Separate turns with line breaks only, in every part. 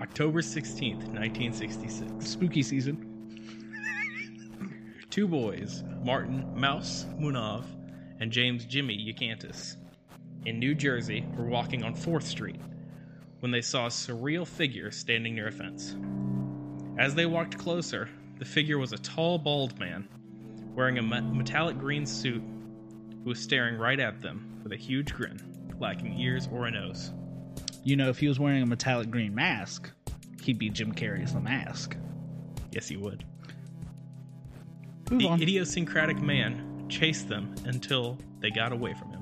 October 16th, 1966.
Spooky season.
Two boys, Martin Mouse Munov and James Jimmy Yacantis, in New Jersey were walking on 4th Street when they saw a surreal figure standing near a fence. As they walked closer, the figure was a tall, bald man wearing a me- metallic green suit who was staring right at them with a huge grin, lacking ears or a nose.
You know, if he was wearing a metallic green mask, he'd be Jim Carrey's The Mask.
Yes, he would.
Move
The
on.
idiosyncratic man chased them until they got away from him.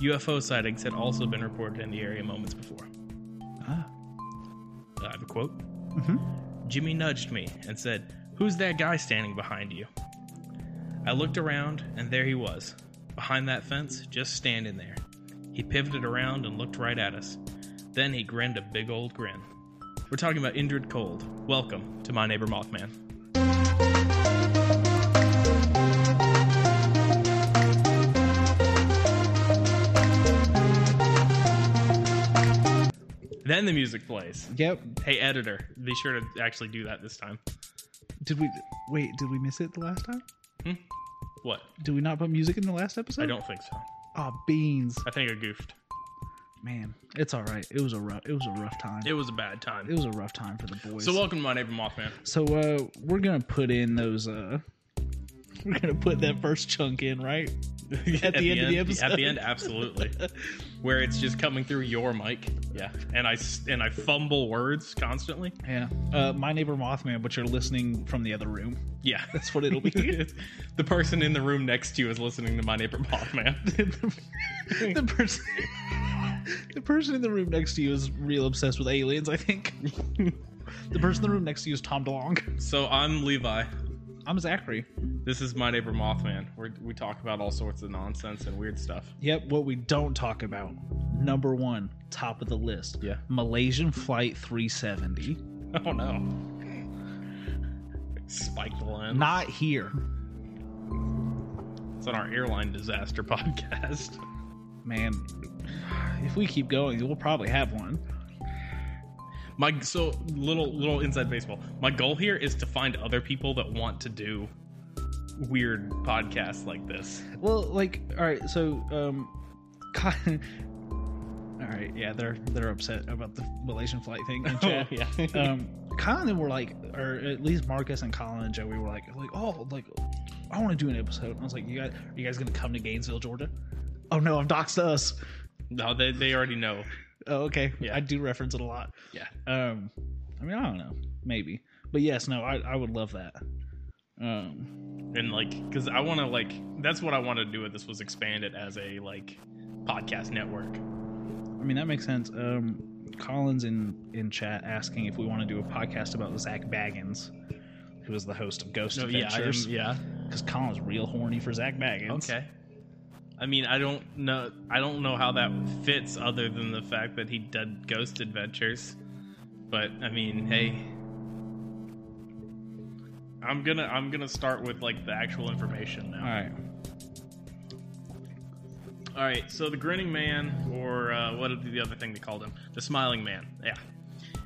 UFO sightings had also been reported in the area moments before. Uh,
Ah.
I have a quote.
Mhm.
Jimmy nudged me and said, Who's that guy standing behind you? I looked around, and there he was, behind that fence, just standing there. He pivoted around and looked right at us. Then he grinned a big old grin. We're talking about Indrid Cold. Welcome to My Neighbor Mothman. Then the music plays.
Yep.
Hey, editor, be sure to actually do that this time.
Did we wait? Did we miss it the last time?
What?
Did we not put music in the last episode?
I don't think so.
Oh, beans,
I think I goofed.
man. It's all right. It was a rough. It was a rough time.
It was a bad time.
It was a rough time for the boys.
so, welcome to My Neighbor Mothman.
So uh, we're gonna put in those. uh We're gonna put that first chunk in, right?
At,
the end of the
At
episode.
the end, absolutely. Where it's just coming through your mic. Yeah. And I, s- and I fumble words constantly.
Yeah. Uh, My neighbor Mothman, but you're listening from the other room.
Yeah.
That's what it'll be.
the person in the room next to you is listening to My Neighbor Mothman.
the person. The person in the room next to you is real obsessed with aliens, I think. the person in the room next to you is Tom DeLong.
so, I'm Levi.
I'm Zachary.
This is My Neighbor Mothman, where we talk about all sorts of nonsense and weird stuff.
Yep, what we don't talk about. Number one, top of the list.
Yeah.
Malaysian Flight 370.
Oh no. Spike the lens.
Not here.
It's on our airline disaster podcast.
Man, if we keep going, we'll probably have one.
My so little little inside baseball. My goal here is to find other people that want to do weird podcasts like this.
Well, like, all right, so, um, Ky- all right, yeah, they're they're upset about the Malaysian flight thing in chat.
yeah.
um, Colin and them were like, or at least Marcus and Colin and Joey were like, like, oh, like, I want to do an episode. And I was like, you guys, are you guys gonna come to Gainesville, Georgia? Oh no, I've doxed us.
no, they they already know.
Oh, okay.
Yeah.
I do reference it a lot.
Yeah.
Um, I mean, I don't know, maybe, but yes, no, I, I would love that. Um,
And like cuz I want to like that's what I want to do with this was expand it as a like podcast network.
I mean, that makes sense. Um, Collins in in chat asking if we want to do a podcast about Zach Baggins, who is the host of Ghost
No, Oh, yeah, I am-
Adventures,
yeah.
because Colin's real horny for Zach Baggins.
Okay. I mean, I don't know. I don't know how that fits, other than the fact that he did Ghost Adventures. But I mean, hey, I'm gonna I'm gonna start with like the actual information now.
All right.
All right, so the grinning man, or uh, what is the other thing they called him? The smiling man, yeah.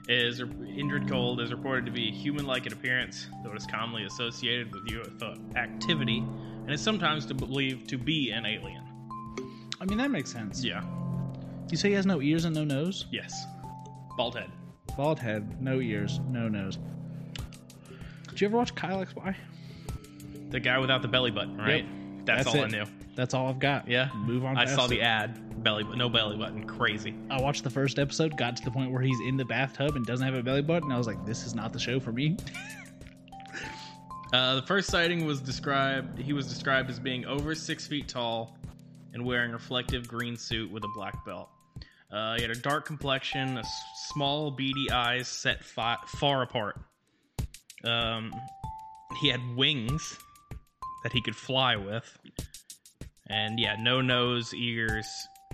Is Indrid Cold is reported to be human like in appearance, though it is commonly associated with UFO activity, and is sometimes to believed to be an alien.
I mean, that makes sense.
Yeah.
You say he has no ears and no nose?
Yes. Bald head.
Bald head, no ears, no nose. Did you ever watch Kyle XY?
The guy without the belly button, right? That's, all I
it.
knew.
That's all I've got.
Yeah.
Move on.
I
past
saw
it.
the ad. Belly button. No belly button. Crazy.
I watched the first episode, got to the point where he's in the bathtub and doesn't have a belly button. I was like, this is not the show for me.
Uh, the first sighting was described. He was described as being over six feet tall and wearing a reflective green suit with a black belt. Uh, he had a dark complexion, a s- small beady eyes set fi- far apart. Um, he had wings that he could fly with, and yeah, no nose, ears,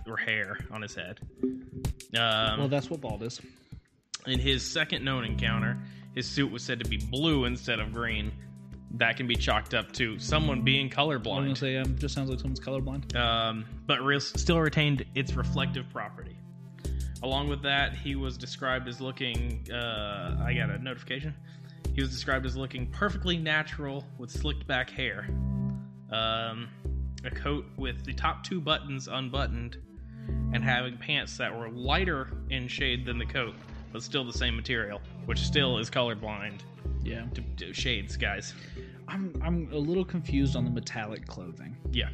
or hair on his head. Um,
well, that's what bald is.
in his second known encounter, his suit was said to be blue instead of green. That can be chalked up to someone being
I'm gonna
colorblind,
say um, just sounds like someone's colorblind.
um, but re- still retained its reflective property. Along with that, he was described as looking. Uh, I got a notification. He was described as looking perfectly natural with slicked back hair, um, a coat with the top two buttons unbuttoned, and having pants that were lighter in shade than the coat, but still the same material, which still is colorblind
Yeah.
to, to shades, guys.
I'm I'm a little confused on the metallic clothing
Yeah.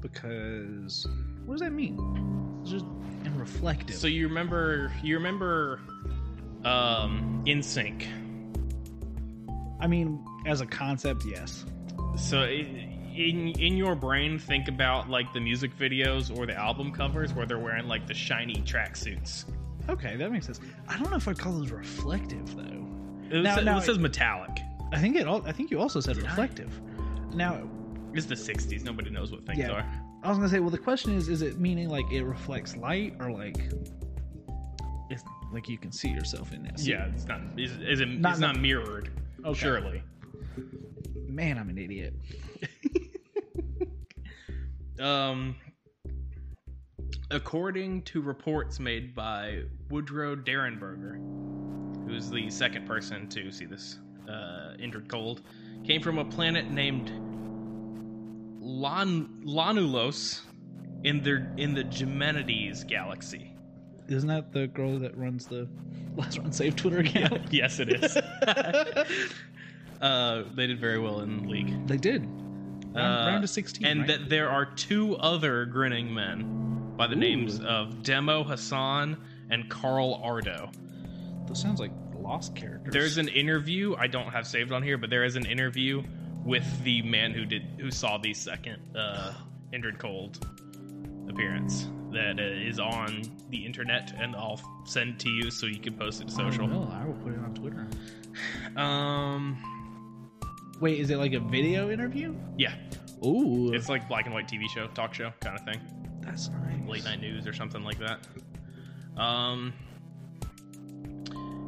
because what does that mean? It's just and reflective.
So you remember? You remember? Um, in sync.
I mean, as a concept, yes.
So i- in in your brain, think about like the music videos or the album covers where they're wearing like the shiny tracksuits.
Okay, that makes sense. I don't know if I'd call those reflective though.
It,
Now-
sa-
now-
it says metallic.
I think it. All, I think you also said
Did I?
reflective. Now,
It's the '60s. Nobody knows what things
Yeah.
are.
I was gonna say, well, the question is, is it meaning like it reflects light or like, it's like you can see yourself in this?
Yeah, it's not. Is, is it,
Not
it's not mirrored.
Okay.
Surely.
Man, I'm an idiot.
Um. According to reports made by Woodrow Derenberger, who's the second person to see this uh, injured cold, came from a planet named Lan- Lanulos in their in the Geminides galaxy.
Isn't that the girl that runs the Last Run Save Twitter account?
Yes, it is. uh, they did very well in league.
They did. Round,
Uh,
round of sixteen.
and
right?
that there are two other grinning men by the
Ooh.
names of Demo Hassan and Carl Ardo.
Those sounds like lost characters.
There's an interview I don't have saved on here, but there is an interview with the man who did who saw the second uh, Indrid Cold appearance that uh, is on the internet, and I'll send to you so you can post it to
social.
social.
I will put it on Twitter. Oh,
Um,
Wait, is it like a video interview?
yeah,
Ooh,
it's like black and white TV show, talk show kind of thing.
that's nice.
late night news or something like that. Um,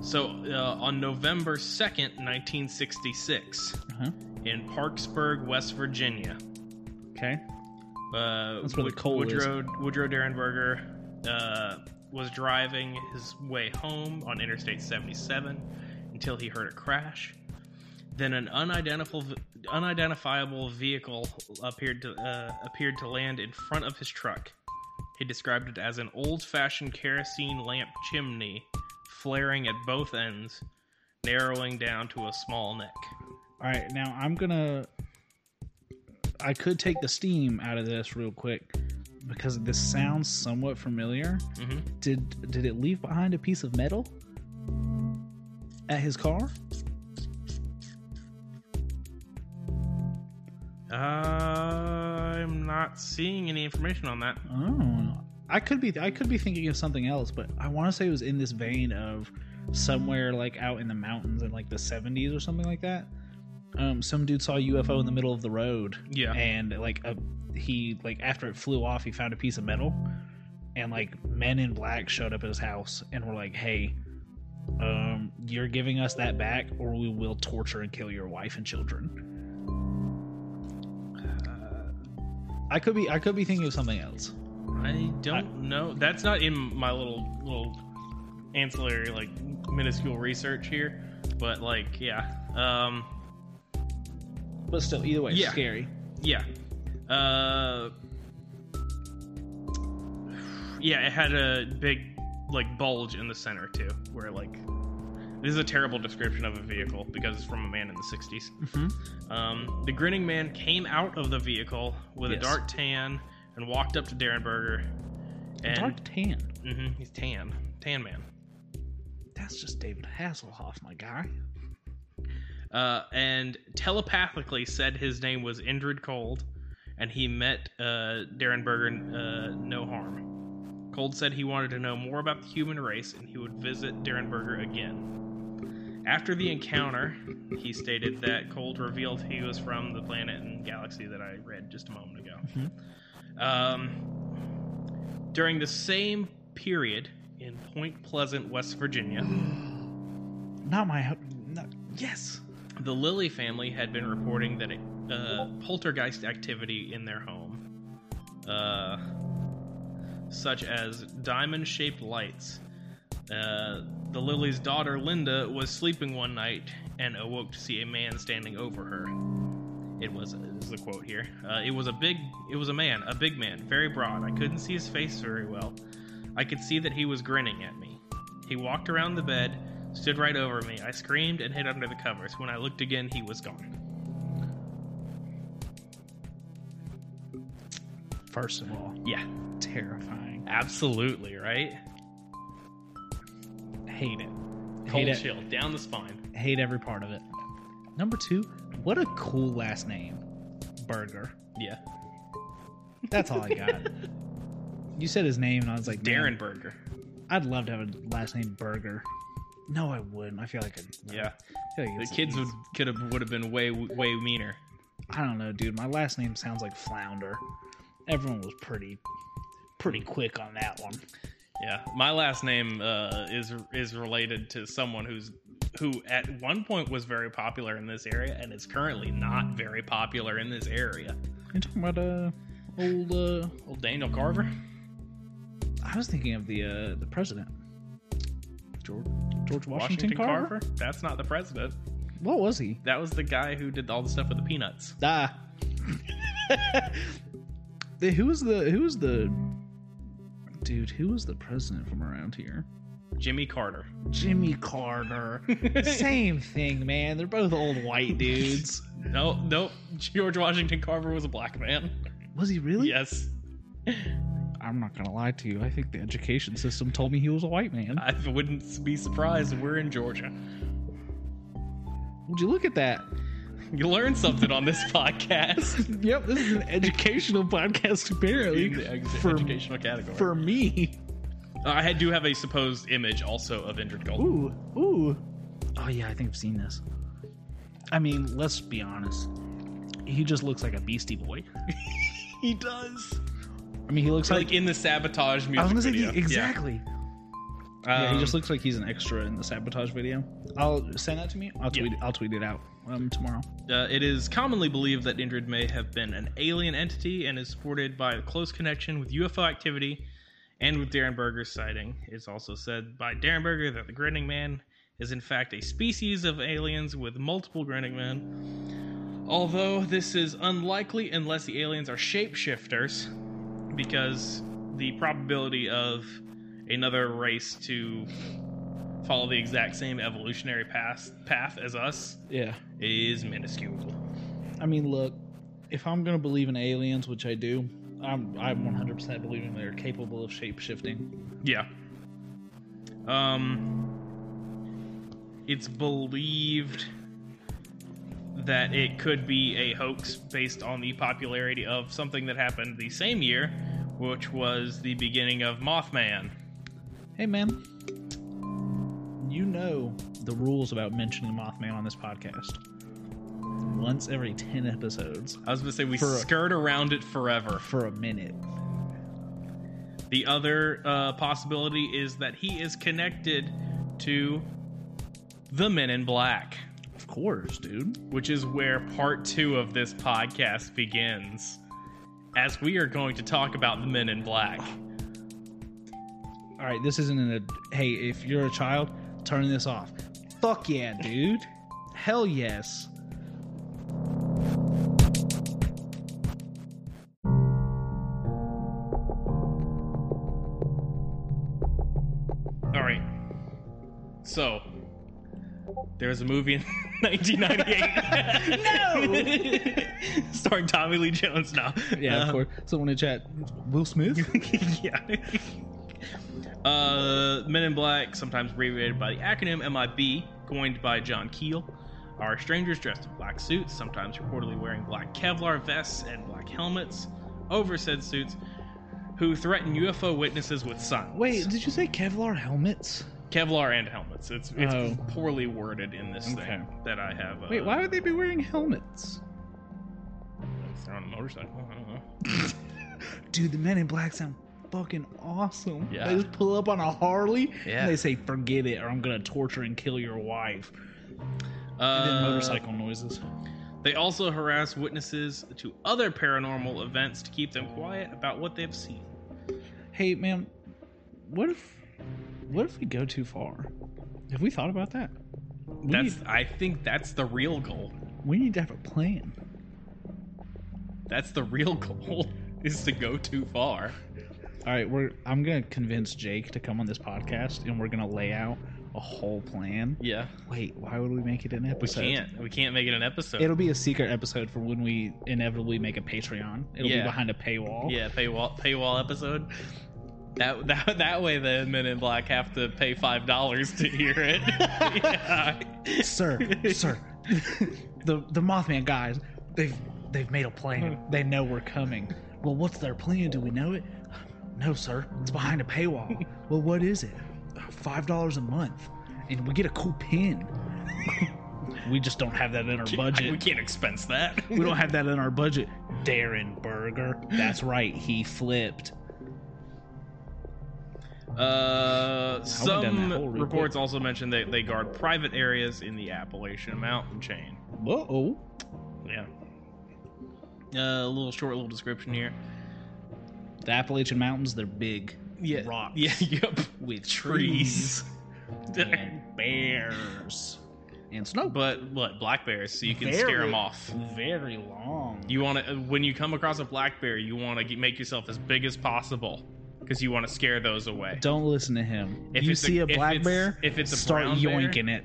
so uh, on November 2nd, 1966,
Uh-huh.
in Parksburg, West Virginia,
Okay.
uh,
That's where the coal is.
Woodrow, Woodrow Derenberger uh, was driving his way home on Interstate 77 until he heard a crash. Then an unidentifiable, unidentifiable vehicle appeared to uh, appeared to land in front of his truck. He described it as an old-fashioned kerosene lamp chimney flaring at both ends, narrowing down to a small neck.
All right, now I'm gonna. I could take the steam out of this real quick because this sounds somewhat familiar.
hmm
Did did it leave behind a piece of metal at his car?
Uh, I'm not seeing any information on that.
Oh, I could be I could be thinking of something else, but I want to say it was in this vein of somewhere like out in the mountains in like the 70s or something like that. Um, some dude saw a UFO in the middle of the road.
Yeah.
and like a, he like after it flew off he found a piece of metal and like men in black showed up at his house and were like hey um you're giving us that back or we will torture and kill your wife and children i could be i could be thinking of something else
I don't know. That's not in my little little ancillary like minuscule research here, but like yeah, um,
but still either way it's
Yeah.
scary
yeah, uh, yeah. It had a big like bulge in the center too, where like this is a terrible description of a vehicle because it's from a man in the '60s.
mm-hmm.
Um, the grinning man came out of the vehicle with
Yes.
a dark tan and walked up to Darrenberger. And
dark tan
hmm he's tan, tan man.
that's just david hasselhoff my guy
uh, and telepathically said his name was Indrid Cold, and he met uh, Darren Berger uh, no harm. Cold said he wanted to know more about the human race and he would visit Darren Berger again. After the encounter, he stated that Cold revealed he was from the planet and galaxy that I read just a moment ago. Um, during the same period in Point Pleasant, West Virginia,
not my hu- not, yes
The Lilly family had been reporting that uh, poltergeist activity in their home. Uh, such as diamond shaped lights. Uh, the Lily's daughter, Linda, was sleeping one night and awoke to see a man standing over her. It was this is the quote here. Uh, it was a big, it was a man, a big man, very broad. I couldn't see his face very well. I could see that he was grinning at me. He walked around the bed, stood right over me. I screamed and hid under the covers. When I looked again, he was gone.
First of all,
Yeah,
terrifying.
absolutely right.
Hate it.
Cold
hate it.
chill down the spine.
Hate every part of it. Number two, what a cool last name, Burger.
Yeah,
That's all I got. you said his name, and I was like, man,
Darren Berger.
I'd love to have a last name Burger. No, I wouldn't. I feel like I'd,
Yeah,
I feel like
the
it's-
kids would could have would have been way way meaner.
I don't know, dude. My last name sounds like Flounder. Everyone was pretty, pretty quick on that one.
Yeah, my last name uh, is is related to someone who's who at one point was very popular in this area and is currently not very popular in this area.
You talking about uh, old? Uh,
Old Daniel Carver.
I was thinking of the uh, the president, George George Washington, Carver?
That's not the president.
What was he?
That was the guy who did all the stuff with the peanuts.
Ah. The- who was the who was the dude? Who was the president from around here?
Jimmy Carter.
Jimmy Carter. Same thing, man. They're both old white dudes.
No, no. George Washington Carver was a black man.
Was he really?
Yes.
I'm not gonna lie to you. I think the education system told me he was a white man.
I wouldn't be surprised. We're in Georgia.
Would you look at that?
You learn something on this podcast.
Yep, this is an educational podcast
In
apparently
the ex-
for
educational category.
for me.
I had- do have a supposed image also of Indrid Gold.
Ooh, ooh. Oh yeah, I think I've seen this. I mean, let's be honest. He just looks like a Beastie Boy.
He does.
I mean, he looks like.
Like in the sabotage music
I was gonna say
video.
he- exactly.
Yeah,
yeah, he
Um,
just looks like he's an extra in the sabotage video. I'll send that to me. I'll tweet. I'll tweet it out um, tomorrow.
Uh, it is commonly believed that Indrid may have been an alien entity and is supported by a close connection with UFO activity and with Darren Berger's sighting. It's also said by Darren Berger that the Grinning Man is in fact a species of aliens with multiple Grinning Men. Although this is unlikely unless the aliens are shapeshifters, because the probability of another race to follow the exact same evolutionary path, path as us
Yeah.
is minuscule.
I mean, look. If I'm gonna believe in aliens, which I do, I'm I'm 100% believing they're capable of shape shifting.
Yeah. Um it's believed that it could be a hoax based on the popularity of something that happened the same year, which was the beginning of Mothman.
Hey, man. You know the rules about mentioning Mothman on this podcast. Once every 10 episodes
I was going to say we
For-
skirt around it forever.
for a minute.
The other uh, possibility is that he is connected to the Men in Black,
Of course, dude.
which is where part two of this podcast begins, as we are going to talk about the Men in Black.
All right, this isn't an. A, hey, if you're a child, turn this off. Fuck yeah, dude. Hell yes.
All right. So there was a movie in 1998. no. Starring Tommy Lee Jones. Now,
Yeah, of course. Someone in chat, Will Smith?
yeah. Uh, Men in Black, sometimes abbreviated by the acronym MIB, coined by John Keel, are strangers dressed in black suits, sometimes reportedly wearing black Kevlar vests and black helmets over said suits, who threaten UFO witnesses with signs.
Wait, did you say Kevlar helmets?
Kevlar and helmets. It's it's
Oh.
poorly worded in this
Okay.
thing that I have. Uh,
Wait, why would they be wearing helmets?
if They're on a motorcycle. I don't know.
Dude, the men in black sound fucking awesome.
Yeah.
They just pull up on a Harley
Yeah.
and they say, forget it, or I'm going to torture and kill your wife. And then
Uh,
motorcycle noises.
They also harass witnesses to other paranormal events to keep them quiet about what they've seen.
"Hey, ma'am, what if what if we go too far? Have we thought about that? We
That's.
need,
I think that's the real goal.
we need to have a plan."
That's the real goal. Is to go too far.
All right, we're I'm gonna convince Jake to come on this podcast, and we're gonna lay out a whole plan.
Yeah.
Wait, why would we make it an
We
episode?
can't. We can't make it an episode.
It'll be a secret episode for when we inevitably make a Patreon. It'll
Yeah.
be behind a paywall.
yeah, paywall paywall episode. That, that, that way the men in black have to pay five dollars to hear it. yeah.
sir, sir, the the Mothman guys, they've they've made a plan. They know we're coming. Well, what's their plan? Do we know it? No, sir. It's behind a paywall. well, what is it? Five dollars a month, and we get a cool pin. we just don't have that in our budget.
We can't expense that.
We don't have that in our budget. Darren Berger. That's right. He flipped.
Uh,
down
some
that hole real
reports also mention that they guard private areas in the Appalachian Mountain chain.
Uh oh.
Yeah. Uh, a little short little description here.
The Appalachian Mountains, they're big.
Yeah.
Rocks.
Yeah. Yep.
With
Trees.
and bears. And snow.
but what black bears? So you can
Very-
scare them off.
very long.
You want to when you come across a black bear, you want to make yourself as big as possible because you want to scare those away.
don't listen to him.
If
you
it's a-
see a,
if
black
it's-
bear,
if it's a
start
brown bear,
yoinking it.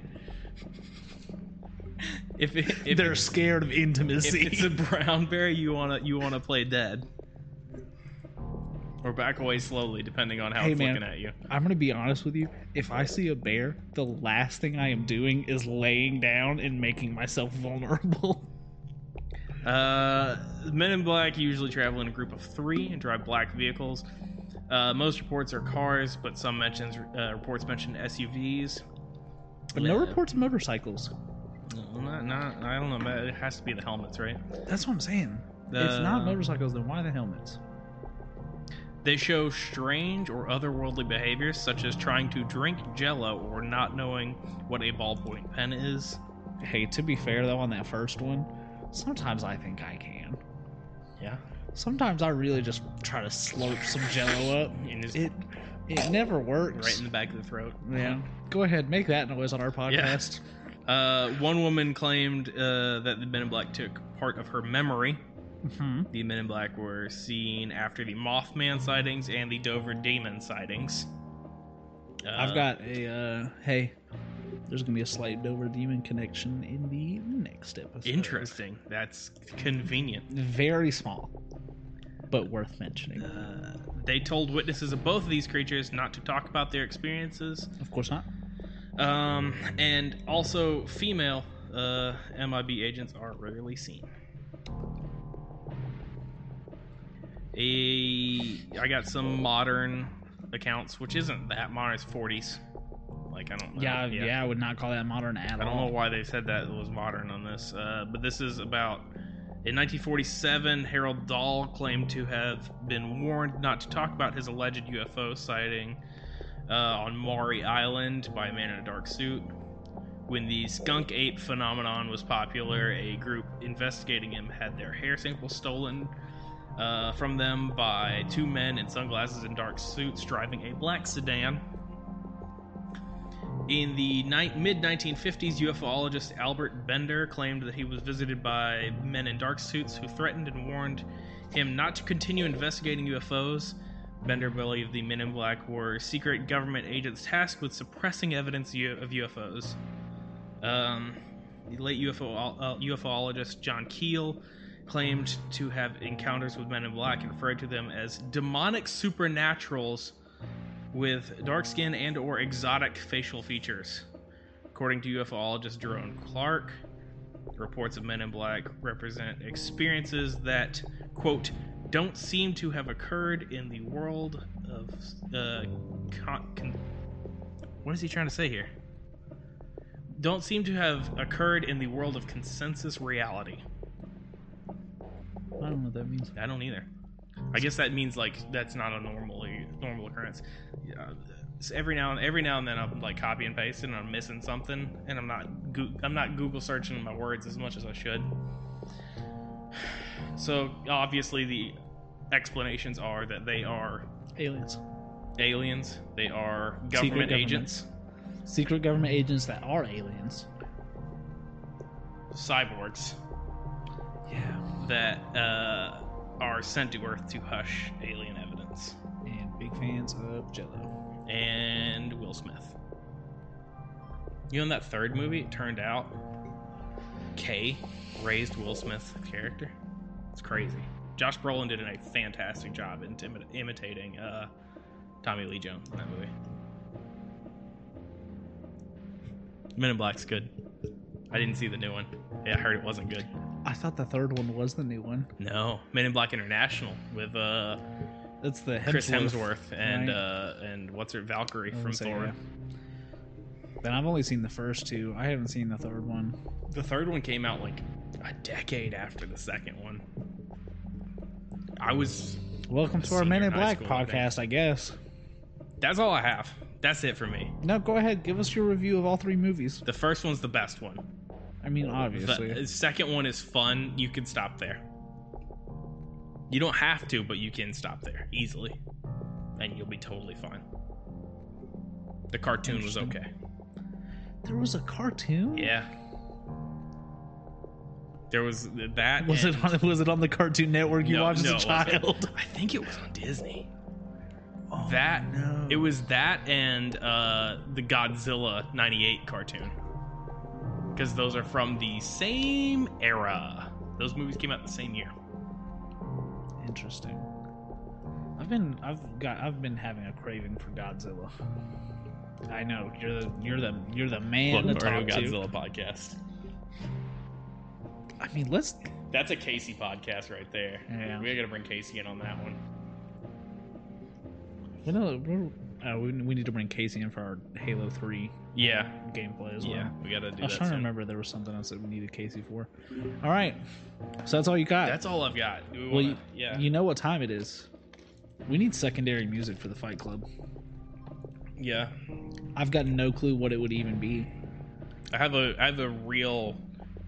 If it, if,
They're scared of
if
intimacy.
it's a brown bear, you want to you want to play dead. Or back away slowly, depending on how
Hey,
it's
man.
looking at you.
I'm gonna be honest with you. If I see a bear, the last thing I am doing is laying down and making myself vulnerable.
Uh, men in black usually travel in a group of three and drive black vehicles. Uh, most reports are cars, but some mentions uh, reports mention SUVs.
But no
Yeah.
reports of motorcycles.
No, not, not, I don't know. man, It has to be the helmets, right?
That's what I'm saying. if
Uh,
not motorcycles, then why the helmets?
They show strange or otherworldly behaviors, such as trying to drink Jello or not knowing what a ballpoint pen is.
Hey, to be fair though, on that first one, sometimes I think I can.
Yeah,
Sometimes I really just try to slurp some jello up.
and just
It it never
right
works.
in the back of the throat.
yeah. Go ahead, make that noise on our podcast.
Uh, one woman claimed uh, that the Men in Black took part of her memory.
hmm
The Men in Black were seen after the Mothman sightings and the Dover Demon sightings. Uh,
I've got a uh hey, there's gonna be a slight Dover demon connection in the next episode.
interesting. That's convenient.
Very small. But worth mentioning.
Uh, they told witnesses of both of these creatures not to talk about their experiences.
Of course not.
Um, and also, female uh, MIB agents are rarely seen. A, I got some modern accounts, which isn't that modern. It's forties. Like I don't. know.
Yeah, yeah, I would not call that modern at
I don't know
all.
why they said that it was modern on this, uh, but this is about. In 1947, Harold Dahl claimed to have been warned not to talk about his alleged UFO sighting uh, on Maury Island by a man in a dark suit. When the skunk ape phenomenon was popular, a group investigating him had their hair samples stolen uh, from them by two men in sunglasses and dark suits driving a black sedan. In the ni- mid 1950s, ufologist Albert Bender claimed that he was visited by men in dark suits who threatened and warned him not to continue investigating UFOs. Bender believed the men in black were secret government agents tasked with suppressing evidence U- of UFOs. Um, the late UFO, uh, ufologist John Keel claimed to have encounters with men in black and referred to them as demonic supernaturals with dark skin and or exotic facial features. According to ufologist Jerome Clark, reports of men in black represent experiences that, quote, don't seem to have occurred in the world of uh, con- con- what is he trying to say here? Don't seem to have occurred in the world of consensus reality.
I don't know what that means.
I don't either. I guess that means like that's not a normally normal occurrence. Yeah, so every now and every now and then I'm like copy and pasting and I'm missing something and I'm not goo I'm not Google searching my words as much as I should. So obviously the explanations are that they are
Aliens.
aliens, they are
Secret
government
government.
agents,
Secret government agents that are aliens.
cyborgs
Yeah.
that uh, are sent to Earth to hush alien evidence,
And big fans of Jello.
and Will Smith. You know, in that third movie, it turned out Kay raised Will Smith's character. It's crazy. Josh Brolin did a fantastic job in timi- imitating uh, Tommy Lee Jones in that movie. Men in Black's good. I didn't see the new one. Yeah, I heard it wasn't good.
I thought the third one was the new one.
No, Men in Black International with uh,
That's the Hemsworth.
Chris Hemsworth and
right?
uh, and what's her Valkyrie
I was
from
gonna say,
Thor.
yeah. Then I've only seen the first two. I haven't seen the third one.
The third one came out like a decade after the second one. I was.
Welcome
The
to our Men
senior
in
high
Black
school, I think.
podcast, I guess.
That's all I have. That's it for me.
No, go ahead. Give us your review of all three movies.
The first one's the best one.
I mean,
The
obviously.
second one is fun. You can stop there. You don't have to, but you can stop there easily, and you'll be totally fine. The cartoon was
Interesting.
okay.
There was a cartoon.
Yeah. There was th- that.
Was
and-
it on? Was it on the Cartoon Network you
No,
watched
no,
as
it
a
wasn't.
child?
I think it was on Disney.
Oh,
That-
No.
It was that and uh, the Godzilla 98 cartoon. Because those are from the same era. Those movies came out the same year.
interesting. I've been, I've got, I've been having a craving for Godzilla. I know you're the, you're the, you're the man to talk to.
podcast.
I mean, let's.
That's a Casey podcast right there.
Yeah.
We gotta bring Casey in on that one.
You know, we're- uh, we, we need to bring Casey in for our Halo Three
Yeah.
gameplay as well.
Yeah. We gotta do
I was
that.
trying to
soon.
remember there was something else that we needed Casey for. All right, so that's all you got.
That's all I've got. Do we
Well,
wanna-
you-
yeah.
You know what time it is. We need secondary music for the Fight Club.
yeah.
I've got no clue what it would even be.
I have a I have a real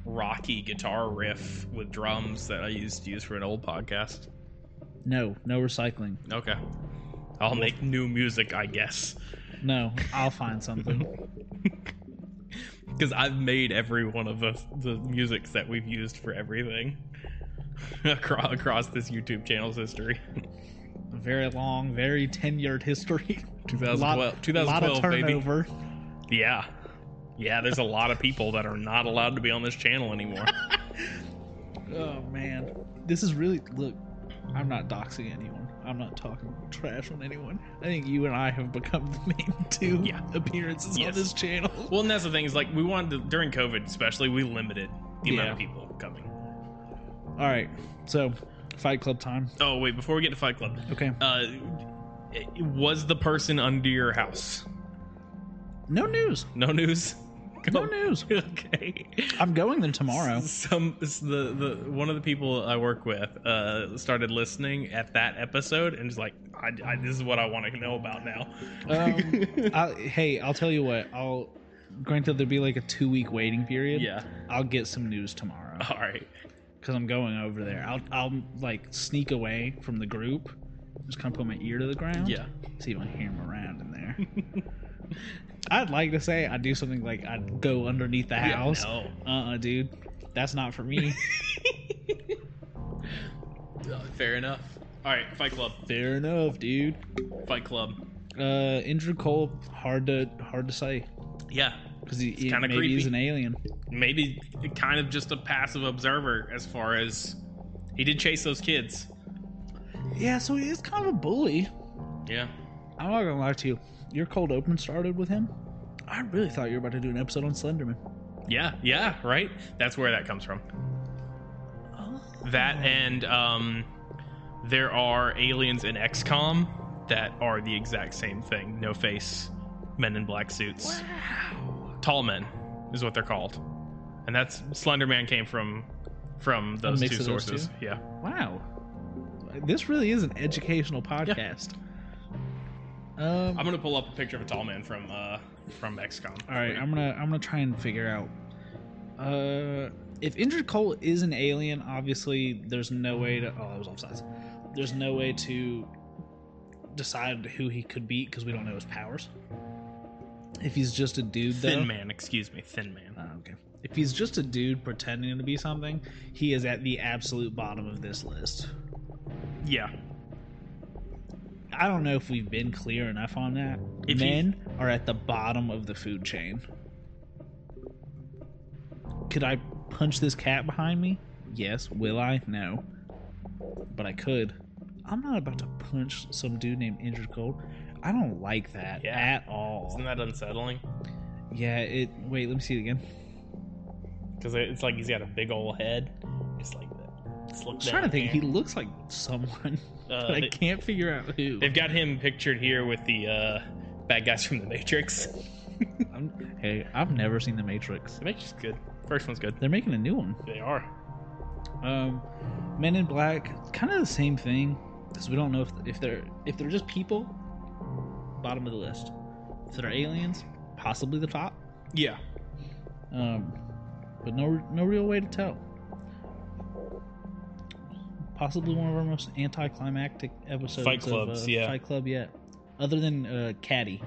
rocky guitar riff with drums that I used to use for an old podcast.
No, no recycling.
Okay. I'll make new music, I guess.
No, I'll find something.
Because I've made every one of the, the musics that we've used for everything across, across this YouTube channel's history.
very long, very tenured history.
2012,
lot
2012
of
baby.
turnover.
Yeah. Yeah, there's a lot of people that are not allowed to be on this channel anymore.
Oh man, this is really look. I'm not doxing anyone. I'm not talking trash on anyone. I think you and I have become the main two
Yeah.
appearances
Yes.
on this channel.
well, and that's the thing is like we wanted to, during COVID especially, we limited the amount
Yeah.
of people coming.
All right, so Fight Club time.
Oh, wait, before we get to Fight Club,
Okay.
uh, was the person under your house?
No news.
No news?
No news.
okay.
I'm going there tomorrow.
Some s- the the one of the people I work with uh started listening at that episode and is like, I, I- this is what I want to know about now.
Um, I, hey, I'll tell you what. I'll granted there'll be like a two week waiting period.
yeah.
I'll get some news tomorrow
All right.
because I'm going over there. I'll I'll like sneak away from the group, just kind of put my ear to the ground.
Yeah.
see if I can hear him around in there. I'd like to say I do something like I'd go underneath the house.
Yeah, no.
Uh, uh dude, that's not for me.
Uh, fair enough. All right. Fight Club.
Fair enough, dude.
Fight Club.
Uh, Andrew Cole, hard to hard to say
Yeah.
because he, he
kinda
maybe he's
creepy.
an alien.
Maybe kind of just a passive observer as far as he did chase those kids.
Yeah, so he is kind of a bully.
Yeah.
I'm not gonna lie to you. Your cold open started with him. I really thought you were about to do an episode on Slenderman.
Yeah. Yeah. Right. That's where that comes from. That and um, there are aliens in XCOM that are the exact same thing. No face, men in black suits.
Wow.
Tall men is what they're called. And that's Slender Man came from from those
mix
two
of those
sources. Yeah.
Wow. This really is an educational podcast. Um,
I'm gonna pull up a picture of a tall man from uh from XCOM.
All right, I'm gonna I'm gonna try and figure out. Uh, if Indra Cole is an alien, obviously there's no way to. Oh, that was offsides. There's no way to decide who he could beat because we don't know his powers. If he's just a dude, though,
Thin Man, excuse me, Thin Man.
Ah, okay. If he's just a dude pretending to be something, he is at the absolute bottom of this list.
Yeah,
I don't know if we've been clear enough on that.
If you-
Men are at the bottom of the food chain. Could I punch this cat behind me? Yes. Will I? No. But I could. I'm not about to punch some dude named Andrew Gold. I don't like that
Yeah.
at all.
isn't that unsettling?
yeah, it. Wait, let me see it again.
Because it's like he's got a big old head. It's like that. It's
I'm trying to think. He looks like someone,
Uh,
but I can't figure out who.
They've got him pictured here with the uh, bad guys from The Matrix.
I'm- hey, I've never seen The Matrix.
The Matrix is good. First one's good.
They're making a new one.
They are.
Um, Men in Black, kind of the same thing, because we don't know if if they're if they're just people, bottom of the list. If they're aliens, possibly the top.
Yeah.
Um, but no no real way to tell. Possibly one of our most anticlimactic episodes
Fight
of
Clubs,
uh,
yeah.
Fight Club yet, other than uh, Caddy,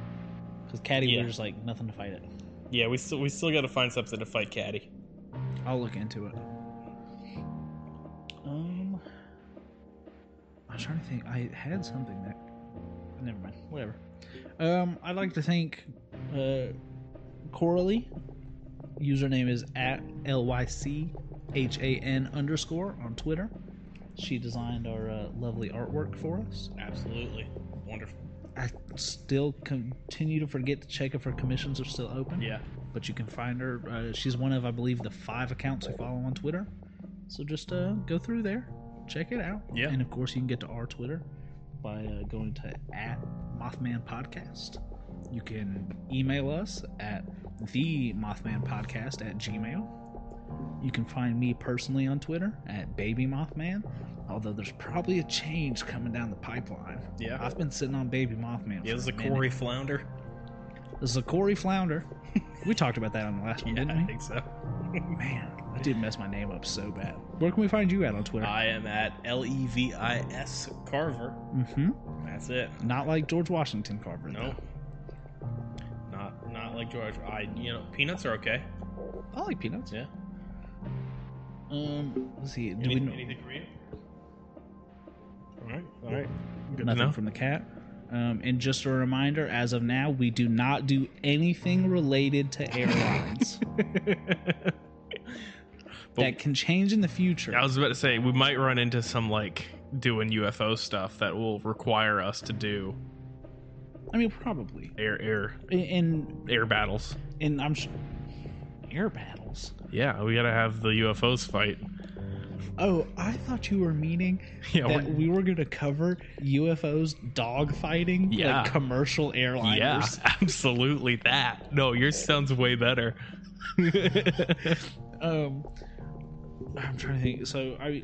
because Caddy
Yeah.
there's like nothing to fight it.
Yeah, we still we still got to find something to fight Caddy.
I'll look into it. Um, I was trying to think. I had something that. Never mind. Whatever. Um, I'd like to thank uh, Coralie. Username is at lychan underscore on Twitter. She designed our uh, lovely artwork for us.
Absolutely. Wonderful.
I still continue to forget to check if her commissions are still open
Yeah.
but you can find her. Uh, she's one of, I believe, the five accounts we follow on Twitter. So just uh, go through there, check it out.
Yeah.
And of course, you can get to our Twitter by uh, going to at Mothman Podcast. You can email us at the Mothman Podcast at Gmail. You can find me personally on Twitter at Baby Mothman, although there's probably a change coming down the pipeline.
Yeah.
I've been sitting on Baby Mothman.
Yeah,
for
this is a
minute.
Corey Flounder.
This is a Corey Flounder. we talked about that on the last one, didn't we?
think so.
Man, I did mess my name up so bad. Uh, Where can we find you at on Twitter?
I am at L E V I S Carver.
mm-hmm.
That's it.
Not like George Washington Carver.
No. Not not like George. I you know peanuts are okay.
though. I like peanuts.
Yeah.
Um, let's see. Do we
Anything,
know
anything for you? All right. All right. Good to
nothing
know.
from the cat? Um, and just a reminder, as of now, we do not do anything related to airlines. that can change in the future.
I was about to say we might run into some like doing UFO stuff that will require us to do
I mean, probably.
air air
And
air battles.
and I'm sh- air battles.
Yeah, we gotta have the UFOs fight.
Oh, I thought you were meaning
Yeah,
that
we're,
we were going to cover UFOs dogfighting,
Yeah.
like commercial airliners.
yeah, absolutely that. No, yours sounds way better.
Um, I'm trying to think. So I,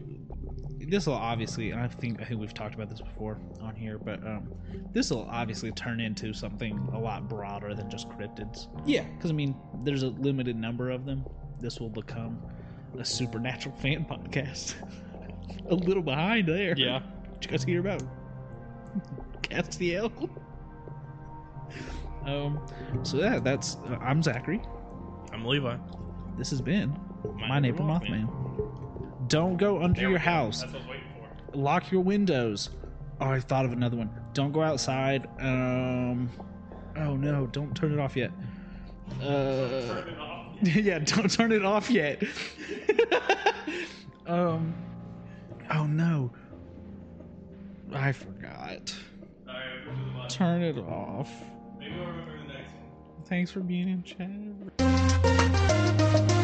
this will obviously, and I think I think we've talked about this before on here, but um, this will obviously turn into something a lot broader than just cryptids.
yeah,
Because I mean, there's a limited number of them. This will become a supernatural fan podcast. a little behind there.
yeah.
Did you guys hear about Castiel? um, so yeah, that's uh, I'm Zachary.
I'm Levi.
This has been my neighbor Mothman. Don't go under your house.
what I was waiting for.
Lock your windows. Oh, I thought of another one. Don't go outside. Um, oh no, don't turn it off yet. Uh, yeah, don't turn it off yet. um, oh no, I forgot. Turn it off.
Maybe I'll remember the next one.
Thanks for being in chat.